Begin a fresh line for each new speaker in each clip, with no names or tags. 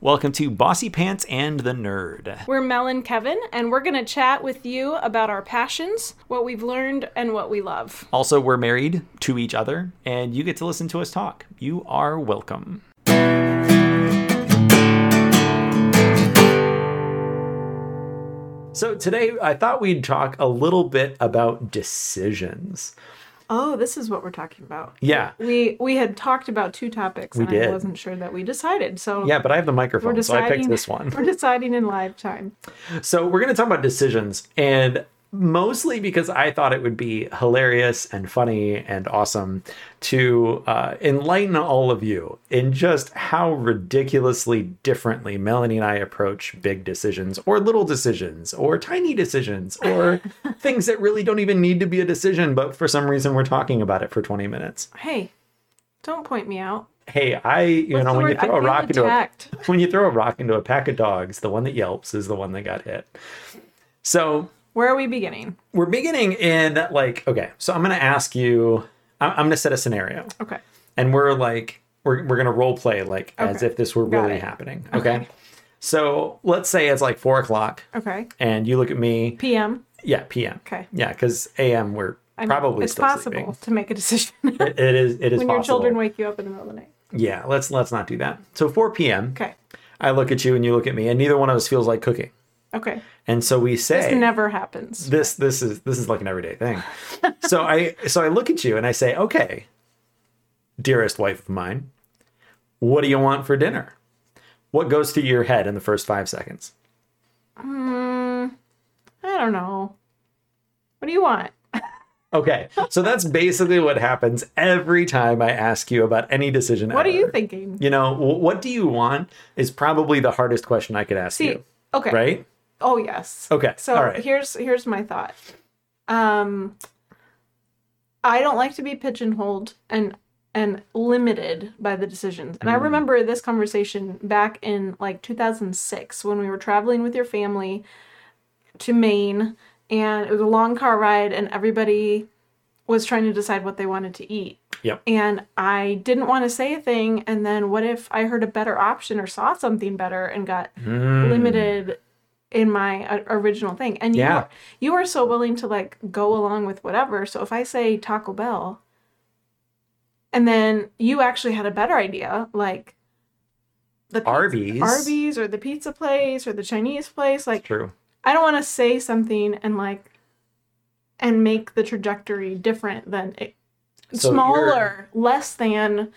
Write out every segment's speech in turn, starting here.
Welcome to Bossy Pants and the Nerd.
We're Mel and Kevin, and we're going to chat with you about our passions, what we've learned, and what we love.
Also, we're married to each other, and you get to listen to us talk. You are welcome. So, today I thought we'd talk a little bit about decisions.
Oh, this is what we're talking about.
Yeah.
We we had talked about two topics,
We
and
did.
I wasn't sure that we decided. So
Yeah, but I have the
we're
microphone, so
deciding.
I picked this one.
We're deciding in live time.
So we're going to talk about decisions and mostly because I thought it would be hilarious and funny and awesome to uh, enlighten all of you in just how ridiculously differently Melanie and I approach big decisions or little decisions or tiny decisions or things that really don't even need to be a decision, but for some reason we're talking about it for 20 minutes.
Hey, don't point me out.
Hey, I, you
What's
know,
the
when you
word? I
throw a
feel
rock into a
attacked.
when you throw a rock into a pack of dogs, the one that yelps is the one that got hit. So
Where are we beginning?
we're beginning in like okay so i'm gonna ask you i'm, I'm gonna set a scenario
Okay.
and we're like we're, we're gonna role play like as
Okay.
if this were
Got
really
it.
happening okay?
Okay.
so let's say it's like four o'clock
Okay.
and you look at me
PM.
yeah pm
Okay.
yeah because am we're
I mean,
probably
it's
still
possible
sleeping.
to make a decision
It- it is it is
when
possible
your children wake you up in the middle of the night.
yeah let's let's not do that so 4 p.m
Okay.
i look at you and you look at me and neither one of us feels like cooking
Okay.
and so we say
This never happens.
this this is this is like an everyday thing. so I so I look at you and I say, "Okay, dearest wife of mine, what do you want for dinner?" What goes through your head in the first 5 seconds?
I don't know. What do you want?
Okay. So that's basically what happens every time I ask you about any decision
What are
ever.
you thinking?
Uh, You know, wh- what do you want is probably the hardest question I could ask
See,
you,
okay.
right?
Oh yes.
Okay.
So
All right.
here's here's my thought. Um I don't like to be pigeonholed and and limited by the decisions.
Mm.
And I remember this conversation back in like 2006 when we were traveling with your family to Maine and it was a long car ride and everybody was trying to decide what they wanted to eat.
Yep.
And I didn't want to say a thing and then what if I heard a better option or saw something better and got
Mm.
limited in my o- original thing. And you
Yeah.
were, you were so willing to like go along with whatever. So if I say Taco Bell and then you actually had a better idea like the pizza-
Arby's.
Arby's or the pizza place or the Chinese place like
True.
I don't want to say something and like and make the trajectory different than it
So
smaller, less than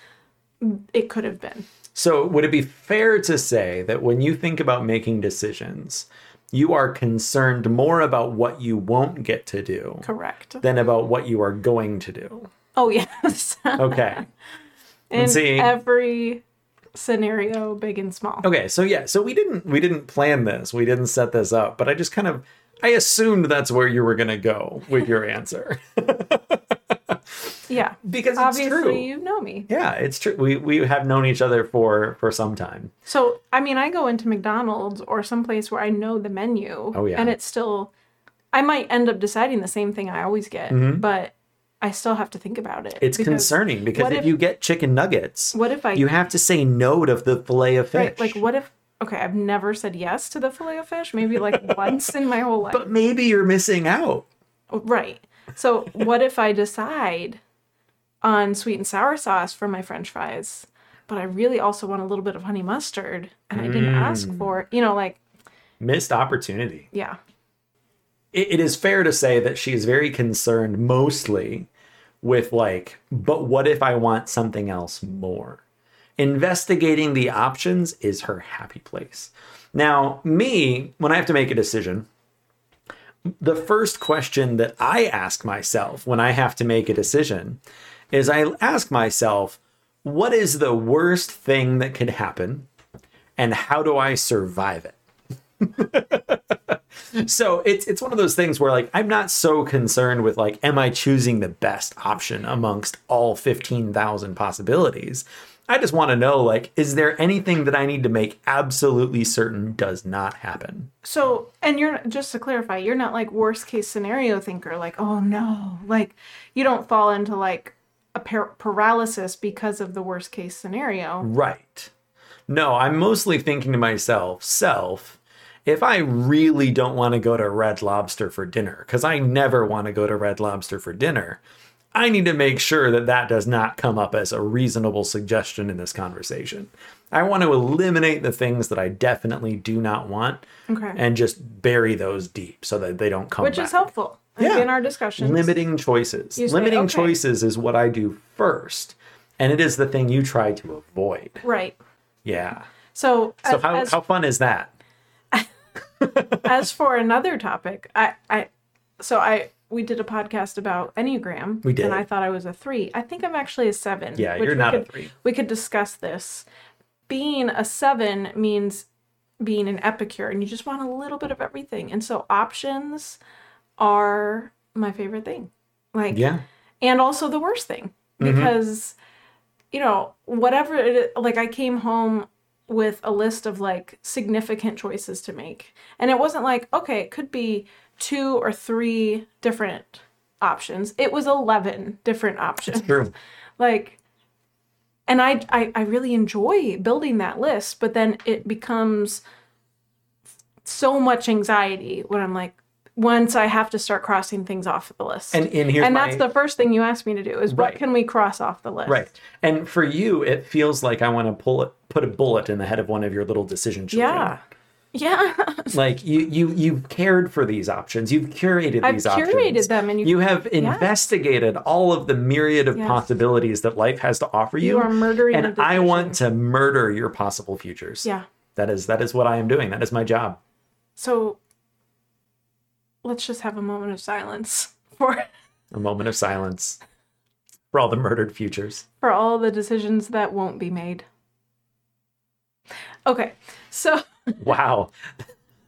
it could have been.
So, would it be fair to say that when you think about making decisions, you are concerned more about what you won't get to do
Correct.
than about what you are going to do?
Oh yes.
Okay.
in
See?
every scenario, big and small.
okay, so yeah, so we didn't we didn't plan this. We didn't set this up, but I just kind of I assumed that's where you were going to go with your answer.
Yeah.
because it's true.
Obviously, you know me.
Yeah, it's true. We we have known each other for for some time.
So, I mean, I go into McDonald's or someplace where I know the menu.
Oh, yeah.
And it's still, I might end up deciding the same thing I always get, but I still have to think about it.
Mm-hmm. It's
because
concerning because
what
if,
if-
you get chicken nuggets,
What if I,
you have to say no to the fillet of fish.
right? Like, what if, okay, I've never said yes to the filet of fish, maybe like once in my whole life.
but maybe you're missing out.
Right. So what if I decide on sweet and sour sauce for my french fries, but I really also want a little bit of honey mustard and I didn't ask
Mm.
for, you know, like,
Missed opportunity.
yeah.
It, it is fair to say that she is very concerned mostly with, like, but what if I want something else more? Investigating the options is her happy place. Now, me, when I have to make a decision, the first question that I ask myself when I have to make a decision is I ask myself, what is the worst thing that could happen and how do I survive it? so it's it's one of those things where like I'm not so concerned with like am I choosing the best option amongst all 15,000 possibilities? I just want to know like is there anything that I need to make absolutely certain does not happen?
So, and you're just to clarify, you're not like worst case scenario thinker, like, oh no, like you don't fall into like a par- paralysis because of the worst case scenario.
Right. No, I'm mostly thinking to myself, self, if I really don't want to go to Red Lobster for dinner, because I never want to go to Red Lobster for dinner, I need to make sure that that does not come up as a reasonable suggestion in this conversation. I want to eliminate the things that I definitely do not want
Okay.
and just bury those deep so that they don't come
Which
back.
is helpful like,
Yeah.
in our discussions.
Limiting choices.
You say,
Limiting
okay.
choices is what I do first, and it is the thing you try to avoid.
Right.
Yeah.
So,
So
as,
how,
as,
how fun is that?
as for another topic, I, I, so I, we did a podcast about Enneagram.
We did.
And I thought I was a three. I think I'm actually a seven.
Yeah,
which
you're
we
not a
could-
three.
We could discuss this. Being a seven means being an epicure and you just want a little bit of everything. And so options are my favorite thing. Like,
Yeah.
and also the worst thing
Mhm.
because you know whatever it is, like i came home with a list of like significant choices to make and it wasn't like okay it could be two or three different options it was 11 different options
True.
like and I, I i really enjoy building that list but then it becomes so much anxiety when i'm like once i have to start crossing things off of the list
And in here,
and that's the first thing you asked me to do is
Right.
what can we cross off the list
right. And for you, it feels like I want to pull it, put a bullet in the head of one of your little decision children.
yeah yeah
Like you, you, you've cared for these options. You've curated
i've
these
curated
options.
them and you, you,
You have investigated all of the myriad of
Yes.
possibilities that life has to offer you.
are murdering
and
the
I want
decision.
to murder your possible futures.
yeah
That is that is what I am doing. That is my job.
so let's just have a moment of silence for
A moment of silence for all the murdered futures.
for all the decisions that won't be made okay so
Wow.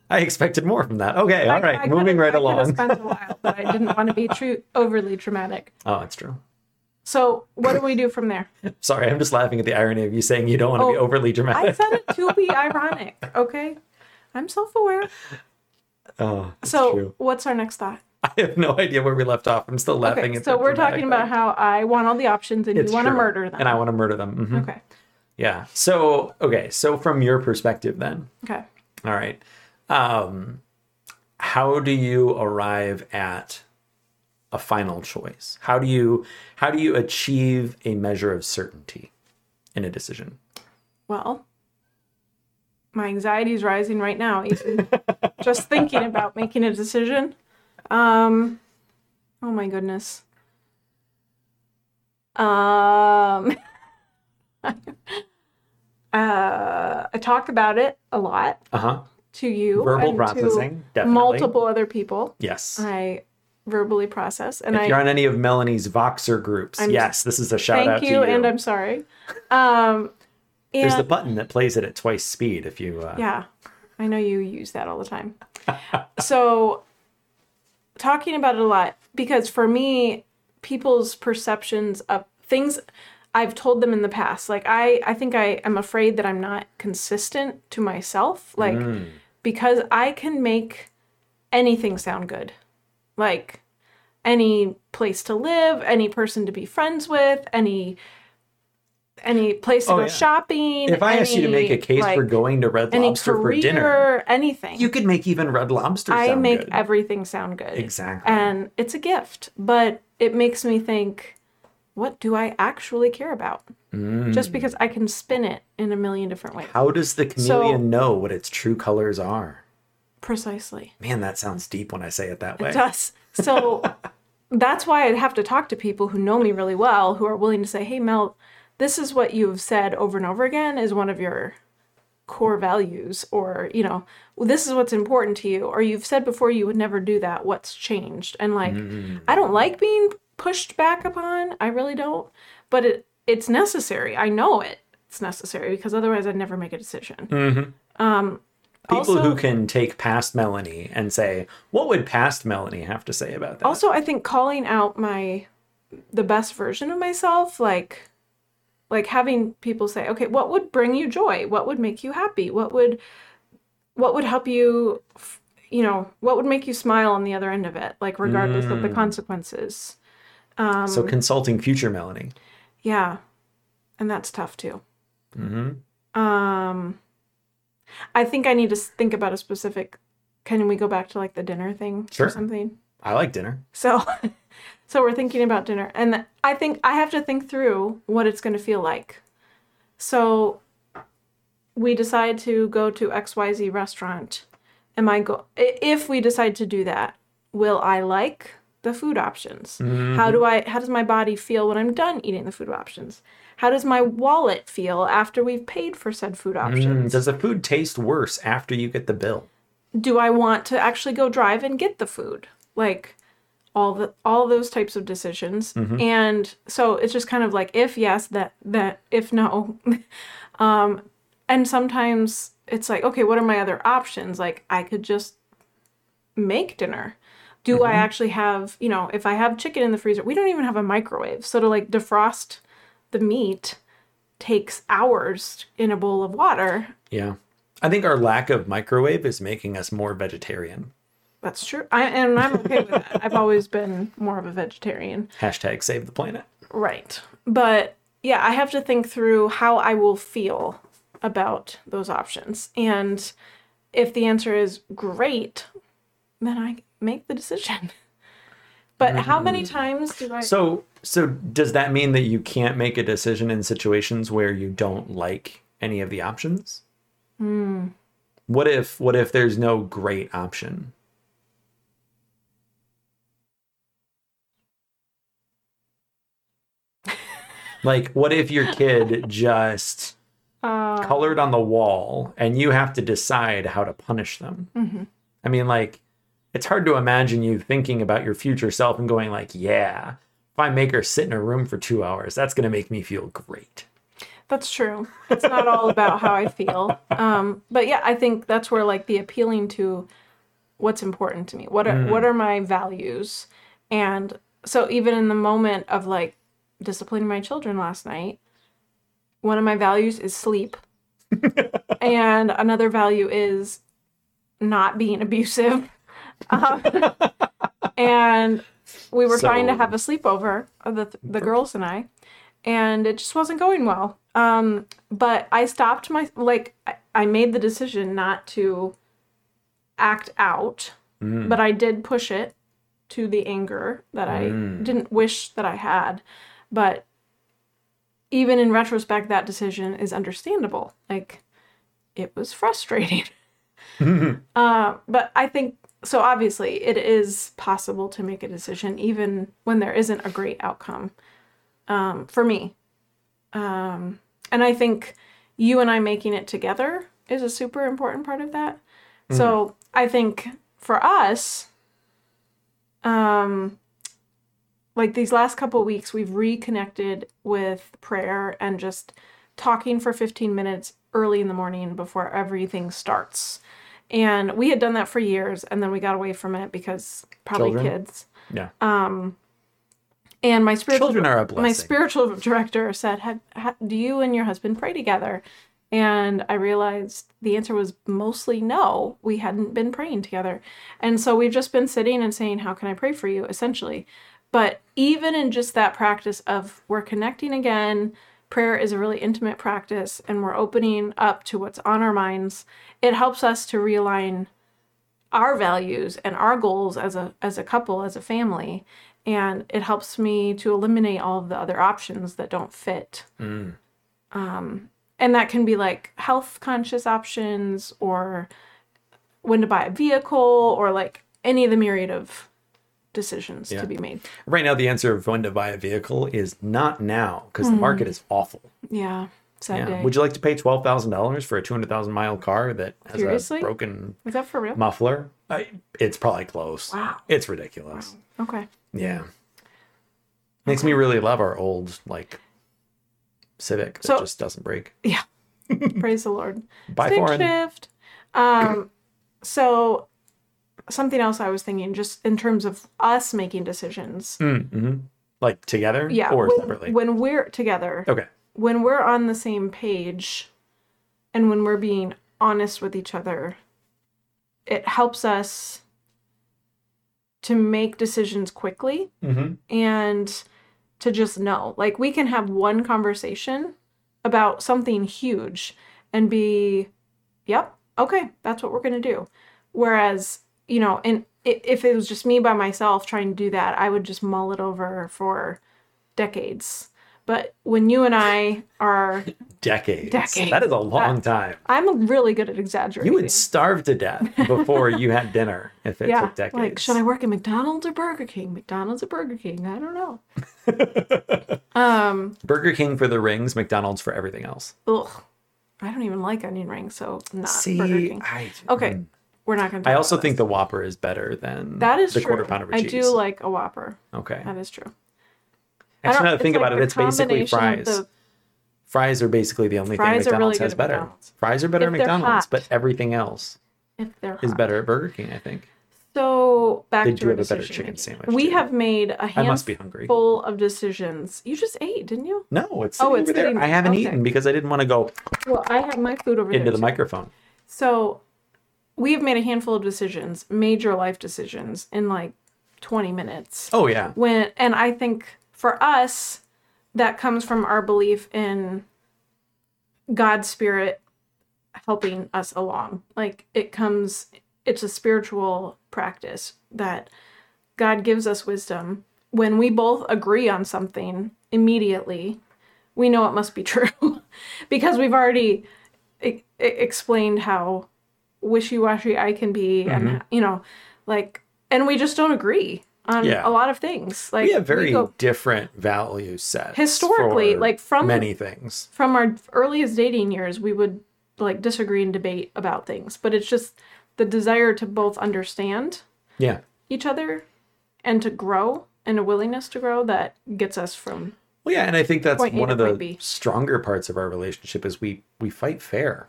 I expected more from that. Okay,
I-
all right.
I could've-
Moving right
I could've
along.
spent a while but i didn't want to be too overly dramatic
Oh, that's true.
so what do we do from there
Sorry, I'm just laughing at the irony of you saying you don't want to be
Oh,
overly
i
dramatic.
said it to be ironic okay i'm self-aware
oh, that's
so
true.
what's our next thought
I have no idea where we left off. I'm still laughing
Okay,
at
so
the
we're
dramatic
talking about
thing.
how I want all the options and
It's
you want to
true.
murder them. Mm-hmm.
And I want to murder them. Mhm.
okay,
Yeah. So, okay. So, from your perspective, then,
okay.
all right, um, how do you arrive at a final choice? How do you how do you achieve a measure of certainty in a decision?
Well, my anxiety is rising right now, even just thinking about making a decision. Um, oh my goodness. Um, uh, I talk about it a lot
Uh huh.
to you,
Verbal
and
processing,
to
definitely.
multiple other people.
Yes.
I verbally process, and
if
I
you're on any of Melanie's Voxer groups,
I'm-
yes, this is a shout out
Thank
to
you,
you.
and I'm sorry. Um,
There's the
and-
button that plays it at twice speed. If you, uh,
yeah, I know you use that all the time. so, talking about it a lot because for me, people's perceptions of things I've told them in the past, like I, I think I am afraid that I'm not consistent to myself, like
Mm.
because I can make anything sound good, like any place to live, any person to be friends with, any any place to
Oh,
go
yeah.
shopping.
if I asked you to
any,
make a case for
like,
going to Red
any
Lobster
career,
for dinner,
anything,
you could make even Red Lobster.
I
sound
make
good.
everything sound good.
exactly.
And it's a gift, but it makes me think, what do I actually care about?
Mm.
Just because I can spin it in a million different ways.
How does the chameleon
So-
know what its true colors are?
Precisely.
Man, that sounds deep when I say it that way.
It does. So that's why I'd have to talk to people who know me really well, who are willing to say, hey, Mel, this is what you've said over and over again is one of your core values, or, you know, this is what's important to you, or you've said before you would never do that. What's changed? And like,
Mm.
I don't like being pushed back upon. I really don't. But it, it's necessary. I know it. It's necessary because otherwise I'd never make a decision.
Mhm.
Um,
People
also,
who can take past Melanie and say, "What would past Melanie have to say about that?"
also i think calling out my the best version of myself like like having people say okay what would bring you joy what would make you happy what would what would help you f- you know what would make you smile on the other end of it like regardless of the
Mm.
consequences um
so consulting future Melanie.
yeah and that's tough too
hmm
Um, I think I need to s- think about a specific. Can we go back to like the dinner thing
Sure.
or something?
I like dinner.
So, so we're thinking about dinner, and th- I think I have to think through what it's going to feel like. So, we decide to go to XYZ restaurant. Am I go i- if we decide to do that, will I like the food options? How do I how does my body feel when I'm done eating the food options? How does my wallet feel after we've paid for said food
Mm,
options?
does the food taste worse after you get the bill?
Do I want to actually go drive and get the food? Like all the all those types of decisions. And so it's just kind of like if yes, that that if no. um and sometimes it's like, okay, what are my other options? Like I could just make dinner? Do I actually have, you know, if I have chicken in the freezer, we don't even have a microwave. So to like defrost the meat takes hours in a bowl of water.
Yeah. I think our lack of microwave is making us more vegetarian.
That's true. I and I'm okay with that. I've always been more of a vegetarian.
Hashtag save the planet.
Right. But yeah, I have to think through how I will feel about those options. And if the answer is great, then I make the decision. But how many times do I
So so does that mean that you can't make a decision in situations where you don't like any of the options? What if what if there's no great option? like what if your kid just
uh,
colored on the wall and you have to decide how to punish them.
Mm-hmm.
I mean, like, it's hard to imagine you thinking about your future self and going, like, yeah, if I make her sit in a room for two hours, that's going to make me feel great.
That's true. It's not all about how I feel. Um, but yeah, I think that's where like the appealing to what's important to me. What are what are my values? And so even in the moment of like disciplining my children last night, one of my values is sleep. and another value is not being abusive. Um, and we were trying to
So-
have a sleepover, uh, the, the girls and I, and it just wasn't going well. Um, but I stopped my, like, I, I made the decision not to act out, but I did push it to the anger that I didn't wish that I had. But even in retrospect, that decision is understandable. Like, it was frustrating. uh, but I think so. Obviously, it is possible to make a decision even when there isn't a great outcome um, for me. Um, and I think you and I making it together is a super important part of that. So I think for us, um, like these last couple weeks, we've reconnected with prayer and just talking for 15 minutes early in the morning before everything starts. And we had done that for years, and then we got away from it because probably
Children?
kids.
Yeah.
Um, and my spiritual
Children are a
my
blessing.
spiritual director said, "Have ha, do you and your husband pray together?" And I realized the answer was mostly no. We hadn't been praying together, and so we've just been sitting and saying, "How can I pray for you?" Essentially, but even in just that practice of we're connecting again, prayer is a really intimate practice, and we're opening up to what's on our minds. It helps us to realign our values and our goals as a as a couple as a family and it helps me to eliminate all of the other options that don't fit
Mm.
um, and that can be like health conscious options or when to buy a vehicle or like any of the myriad of decisions
Yeah.
to be made
Right now, the answer of when to buy a vehicle is not now because the market is awful.
yeah sad
Yeah.
Mm-hmm. day
Would you like to pay twelve thousand dollars for a two hundred thousand mile car that has
Seriously?
a broken
is that for real
muffler? I, it's probably close.
Wow.
It's ridiculous.
okay
Yeah. Makes me really love our old like Civic that
So-
just doesn't break.
praise the lord
Buy
Stick
foreign.
shift. Um, so something else I was thinking, just in terms of us making decisions.
Mm-hmm. Like together
Yeah.
or
when,
separately.
when we're together,
Okay.
when we're on the same page, and when we're being honest with each other, it helps us to make decisions quickly
Mm-hmm.
and to just know. Like we can have one conversation about something huge and be, yep, okay, that's what we're going to do. Whereas, you know, and i- if it was just me by myself trying to do that, I would just mull it over for decades. But when you and I are,
Decades.
Decades.
That is a long time.
I'm really good at exaggerating.
You would starve to death before you had dinner if it
yeah,
took decades.
like should I work at McDonald's or Burger King? McDonald's or Burger King? I don't know. um,
Burger King for the rings, McDonald's for everything else.
ugh, I don't even like onion rings, so not Burger
See,
King.
I, Mm. Mm-hmm.
Okay, we're not gonna. Talk
I also
about
think
this.
the Whopper is better than
that is
the
true.
quarter pounder with
I
cheese.
do like a Whopper.
okay.
That is true. I
Actually,
don't-
now that I think
like
about it,
the
it's basically
combination
fries.
of the-
Fries are basically the only
Fries
thing
are really
McDonald's
good
has
at
better.
McDonald's.
Fries are better at
If they're
McDonald's,
hot.
but everything else
if they're
is
hot.
better at Burger King, I think.
So back
They
to
do
our
have a better
decision
chicken
making.
sandwich,
We
too.
have made a
I must be hungry.
handful of decisions. You just ate, didn't you?
No, it's
Oh,
sitting
it's
over there.
sitting-
I haven't
okay.
eaten because I didn't want to go
Well, I have my food over
into
there.
the
too.
microphone.
So we've made a handful of decisions, major life decisions in like 20 minutes.
Oh yeah.
When and I think for us that comes from our belief in God's spirit helping us along. Like it comes it's a spiritual practice that God gives us wisdom. When we both agree on something immediately, we know it must be true because we've already e- e- explained how wishy-washy I can be and
Mm-hmm.
you know like and we just don't agree on
Yeah.
a lot of things like
We have very
go-
different value sets.
Historically,
for
like, from-
many things.
from our earliest dating years we would like disagree and debate about things but it's just the desire to both understand
Yeah.
each other and to grow and a willingness to grow that gets us from
Well, yeah, and I think that's
Point A
one
to
of the
point B.
stronger parts of our relationship is we we fight fair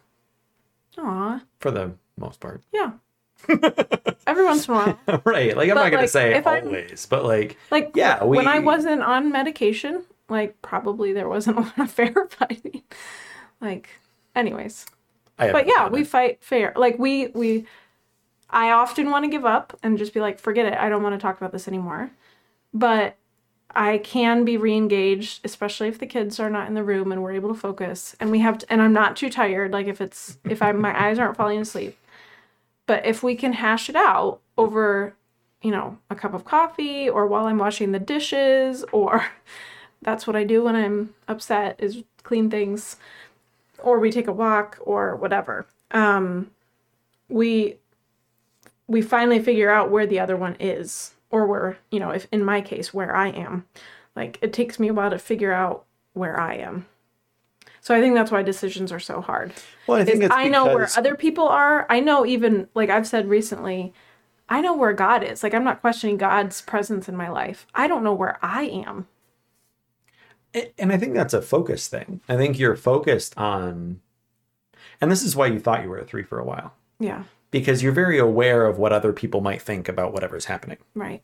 Aw,
for the most part.
yeah. Every once in a while.
right. Like I'm
But,
not gonna
like,
say
if I'm-
always, but like
Like
Yeah,
when I
we-
wasn't on medication, like probably there wasn't a lot of fair fighting. Like anyways.
I have
But
no
yeah,
comment.
we fight fair. Like we we I often want to give up and just be like, forget it, I don't want to talk about this anymore. But I can be reengaged, especially if the kids are not in the room and we're able to focus and we have to, and I'm not too tired, like if it's if I my eyes aren't falling asleep. But if we can hash it out over, you know, a cup of coffee or while I'm washing the dishes or that's what I do when I'm upset is clean things or we take a walk or whatever. Um we we finally figure out where the other one is or where, you know, if in my case where I am. Like it takes me a while to figure out where I am. So I think that's why decisions are so hard
Well, I
is
think it's
I know where
because-
other people are. I know even like I've said recently, I know where God is. Like I'm not questioning God's presence in my life. I don't know where I am.
A- and I think that's a focus thing. I think you're focused on, and this is why you thought you were a three for a while
Yeah.
because you're very aware of what other people might think about whatever's happening,
Right.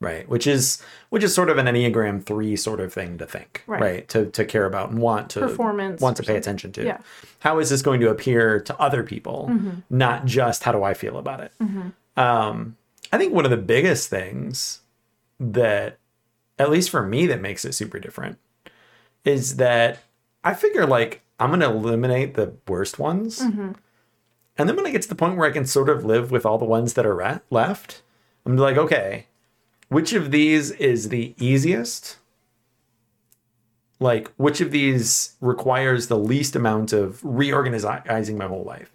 right? Which is which is sort of an enneagram three sort of thing to think,
Right.
right? To to care about and want to
Performance
want to
or
pay
something.
attention to.
Yeah.
How is this going to appear to other people, not just how do I feel about it? Um, I think one of the biggest things that, at least for me, that makes it super different is that I figure like I'm going to eliminate the worst ones.
Mm-hmm.
And then when I get to the point where I can sort of live with all the ones that are ra- left, I'm like, okay, which of these is the easiest? Like, which of these requires the least amount of reorganizing my whole life?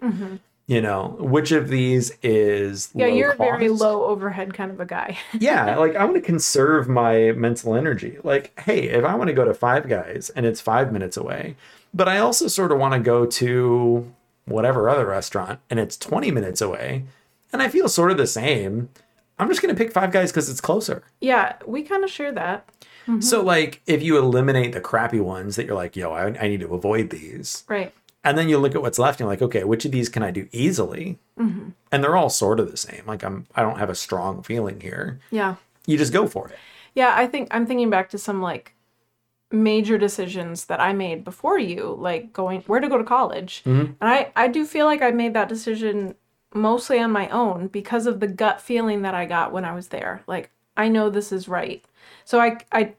You know, which of these is
Mm-hmm. Yeah,
low
you're a very
cost?
low overhead kind of a guy.
yeah, like I want to conserve my mental energy. Like, hey, if I want to go to Five Guys and it's five minutes away, but I also sort of want to go to whatever other restaurant and it's 20 minutes away and I feel sort of the same, I'm just going to pick Five Guys because it's closer.
yeah, we kind of share that.
So, like, if you eliminate the crappy ones that you're like, yo, I, I need to avoid these,
Right.
and then you look at what's left and you're like, okay, which of these can I do easily? And they're all sort of the same. Like, I'm, I don't have a strong feeling here.
Yeah.
You just go for it.
Yeah, I think I'm thinking back to some like major decisions that I made before you, like going where to go to college. And I I do feel like I made that decision mostly on my own because of the gut feeling that I got when I was there. Like I know this is right. So I I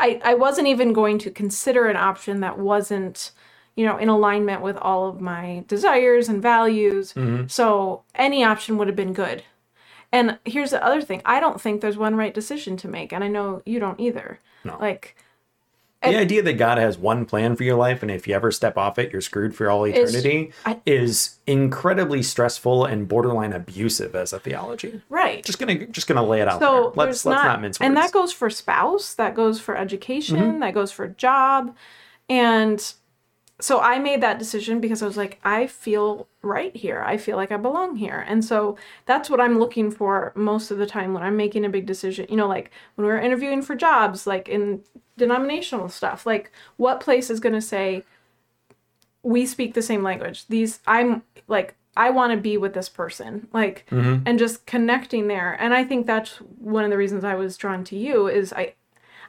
I, I wasn't even going to consider an option that wasn't you know, in alignment with all of my desires and values.
Mhm.
So any option would have been good. And here's the other thing I don't think there's one right decision to make. And I know you don't either.
No.
Like,
the idea that God has one plan for your life, and if you ever step off it, you're screwed for all
It's-
eternity,
I-
is incredibly stressful and borderline abusive as a theology.
right.
Just gonna just gonna lay it out
so
there. Let's
there's
let's not, mince words. Mm-hmm.
and that goes for spouse that goes for education that goes for job and so i made that decision because i was like i feel right here i feel like i belong here and so that's what i'm looking for most of the time when i'm making a big decision you know like when we're interviewing for jobs like in denominational stuff like what place is going to say we speak the same language these i'm like i want to be with this person like and just connecting there and i think that's one of the reasons i was drawn to you is i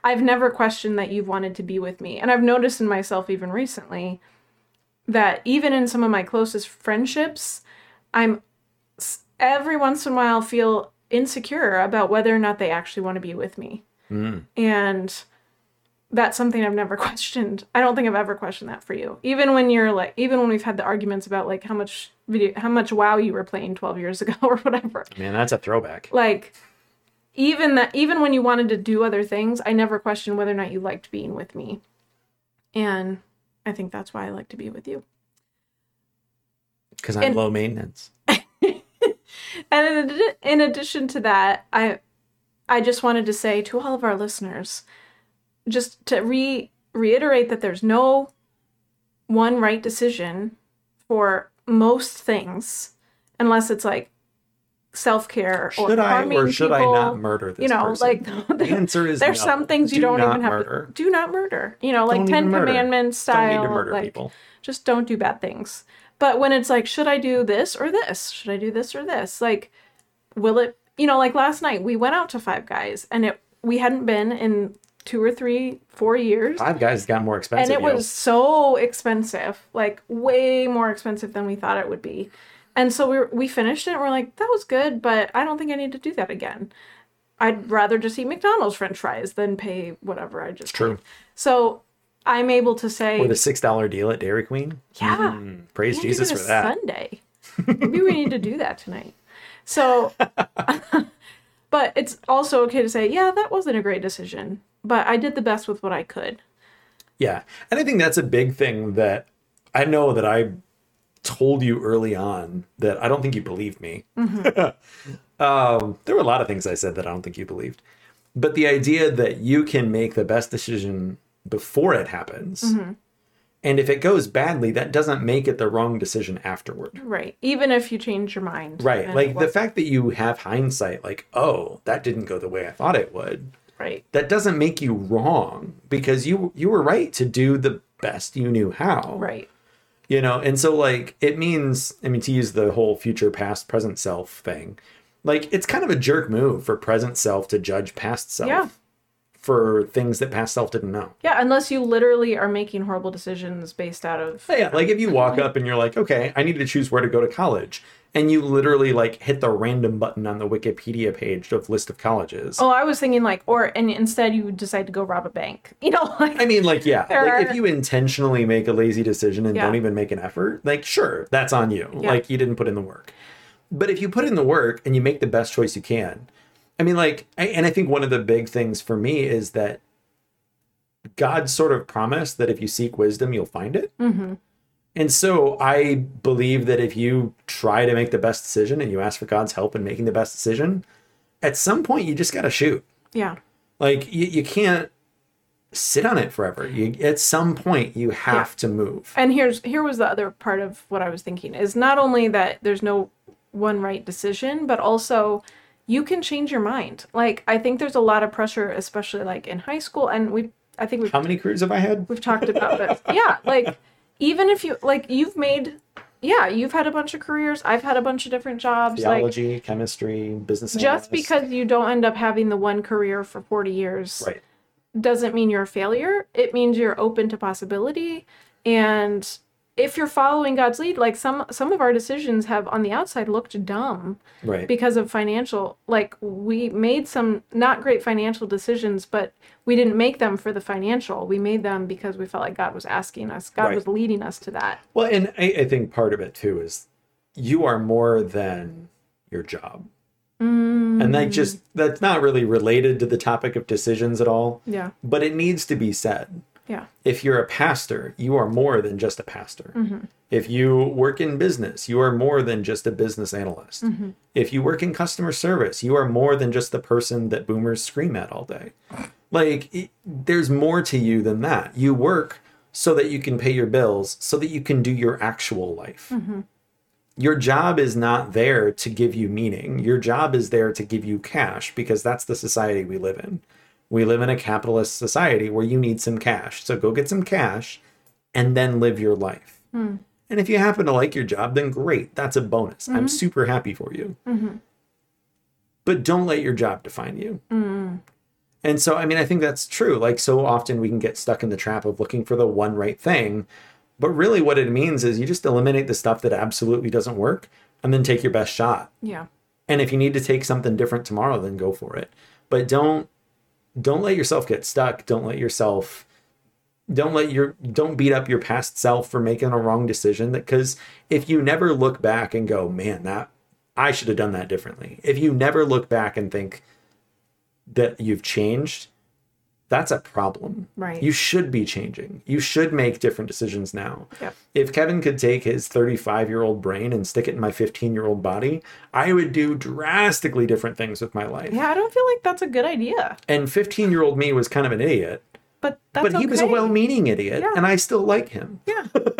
i've never questioned that you've wanted to be with me and i've noticed in myself even recently that even in some of my closest friendships i'm s- every once in a while feel insecure about whether or not they actually want to be with me and that's something I've never questioned. I don't think I've ever questioned that for you. Even when you're like, even when we've had the arguments about like how much video, how much WoW you were playing 12 years ago or whatever.
Man, that's a throwback.
Like, even that, even when you wanted to do other things, I never questioned whether or not you liked being with me. And I think that's why I like to be with you.
Because I'm
and-
low maintenance.
And in, addi- in addition to that, I I just wanted to say to all of our listeners, just to re reiterate that there's no one right decision for most things, unless it's like self care or
Should I
harming
or should I
people,
not murder this
You know,
person?
like
the answer is
there's
no.
some things you
Do
don't
not
even have
murder.
to do not murder. You know, like
Don't
Ten
even murder.
Commandments
Don't
style.
need to murder
like,
people.
just don't do bad things. But when it's like, should I do this or this? Should I do this or this? Like, will it, you know, like last night we went out to Five Guys and it, we hadn't been in two or three, four years.
Five guys got more
And
expensive.
it
yo.
was so expensive, like way more expensive than we thought it would be. And so we, were, we finished it and we're like, that was good, but I don't think I need to do that again. I'd rather just eat McDonald's french fries than pay whatever I just
true.
paid. So I'm able to say
With a six dollar deal at Dairy Queen.
Yeah.
Mm, praise
we need to
Jesus
do it
for
a
that.
Sunday. Maybe we need to do that tonight. So, but it's also okay to say, yeah, that wasn't a great decision, but I did the best with what I could.
Yeah. And I think that's a big thing that I know that I told you early on that I don't think you believed me.
Mm-hmm.
um, there were a lot of things I said that I don't think you believed. But the idea that you can make the best decision before it happens.
Mm-hmm.
And if it goes badly, that doesn't make it the wrong decision afterward.
Right. Even if you change your mind.
Right.
and
Like
it
the
was-
fact that you have hindsight, like, oh, that didn't go the way I thought it would
Right.
that doesn't make you wrong because you you were right to do the best you knew how
Right.
you know and so like it means i mean to use the whole future past present self thing like it's kind of a jerk move for present self to judge past self
Yeah.
for things that past self didn't know
Yeah. Unless you literally are making horrible decisions based out of.
yeah like if you walk
Mm-hmm.
up and you're like okay i need to choose where to go to college and you literally like hit the random button on the wikipedia page of list of colleges
Oh, I was thinking like, or, and instead you decide to go rob a bank. You know, like,
I mean, like, yeah,
There
like
are-
if you intentionally make a lazy decision and
Yeah.
don't even make an effort, like, sure, that's on you.
Yeah.
Like, you didn't put in the work. But if you put in the work and you make the best choice you can, I mean, like, I, and I think one of the big things for me is that God sort of promised that if you seek wisdom, you'll find it.
Mhm.
And so I believe that if you try to make the best decision and you ask for God's help in making the best decision, at some point you just got to shoot.
yeah.
Like you, you can't sit on it forever. You, at some point, you have to move.
and here's here was the other part of what i was thinking is not only that there's no one right decision but also you can change your mind like i think there's a lot of pressure especially like in high school and we i think we've,
How many crews have I had?
we've talked about this yeah like even if you like you've made yeah you've had a bunch of careers i've had a bunch of different jobs like
Theology, chemistry, business.
just
analyst.
because you don't end up having the one career for 40 years
Right.
doesn't mean you're a failure. It means you're open to possibility and if you're following God's lead, like some some of our decisions have on the outside looked dumb
Right.
because of financial like we made some not great financial decisions, but we didn't make them for the financial. We made them because we felt like God was asking us. God
Right.
was leading us to that.
Well, and I, I think part of it too is you are more than your job. And
Mm.
that just that's not really related to the topic of decisions at all,
Yeah.
but it needs to be said.
Yeah.
If you're a pastor, you are more than just a pastor. If you work in business, you are more than just a business analyst. If you work in customer service, you are more than just the person that boomers scream at all day. Like, it, there's more to you than that. You work so that you can pay your bills, so that you can do your actual life. Your job is not there to give you meaning. Your job is there to give you cash because that's the society we live in. We live in a capitalist society where you need some cash. So go get some cash and then live your life. And if you happen to like your job, then great. That's a bonus. I'm super happy for you. But don't let your job define you. And so, I mean, I think that's true. Like, so often we can get stuck in the trap of looking for the one right thing. But really, what it means is you just eliminate the stuff that absolutely doesn't work and then take your best shot.
Yeah.
And if you need to take something different tomorrow, then go for it. But don't don't let yourself get stuck. Don't let yourself don't let your don't beat up your past self for making a wrong decision that cuz if you never look back and go, "Man, that I should have done that differently." If you never look back and think that you've changed, that's a problem.
Right.
You should be changing. You should make different decisions now.
Yep.
If Kevin could take his 35 year old brain and stick it in my 15 year old body, I would do drastically different things with my life.
Yeah, I don't feel like that's a good idea.
And 15 year old me was kind of an idiot,
But that's
but he was a
okay.
well meaning idiot,
Yeah.
and I still like him.
Yeah.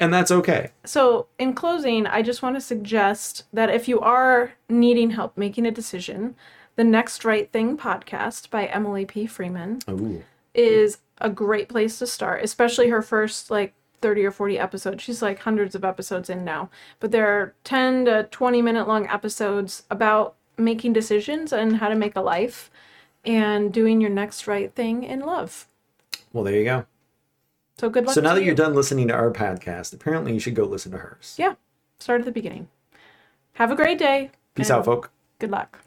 And that's okay.
So, in closing, I just want to suggest that if you are needing help making a decision, the Next Right Thing podcast by Emily P. Freeman
Ooh.
is a great place to start, especially her first like 30 or 40 episodes. She's like hundreds of episodes in now, but there are 10 to 20 minute long episodes about making decisions and how to make a life and doing your next right thing in love.
Well, there you go.
So, good luck.
So now
to
that
you.
you're done listening to our podcast, apparently you should go listen to hers.
Yeah, start at the beginning. Have a great day.
Peace
and
out, folk.
Good luck.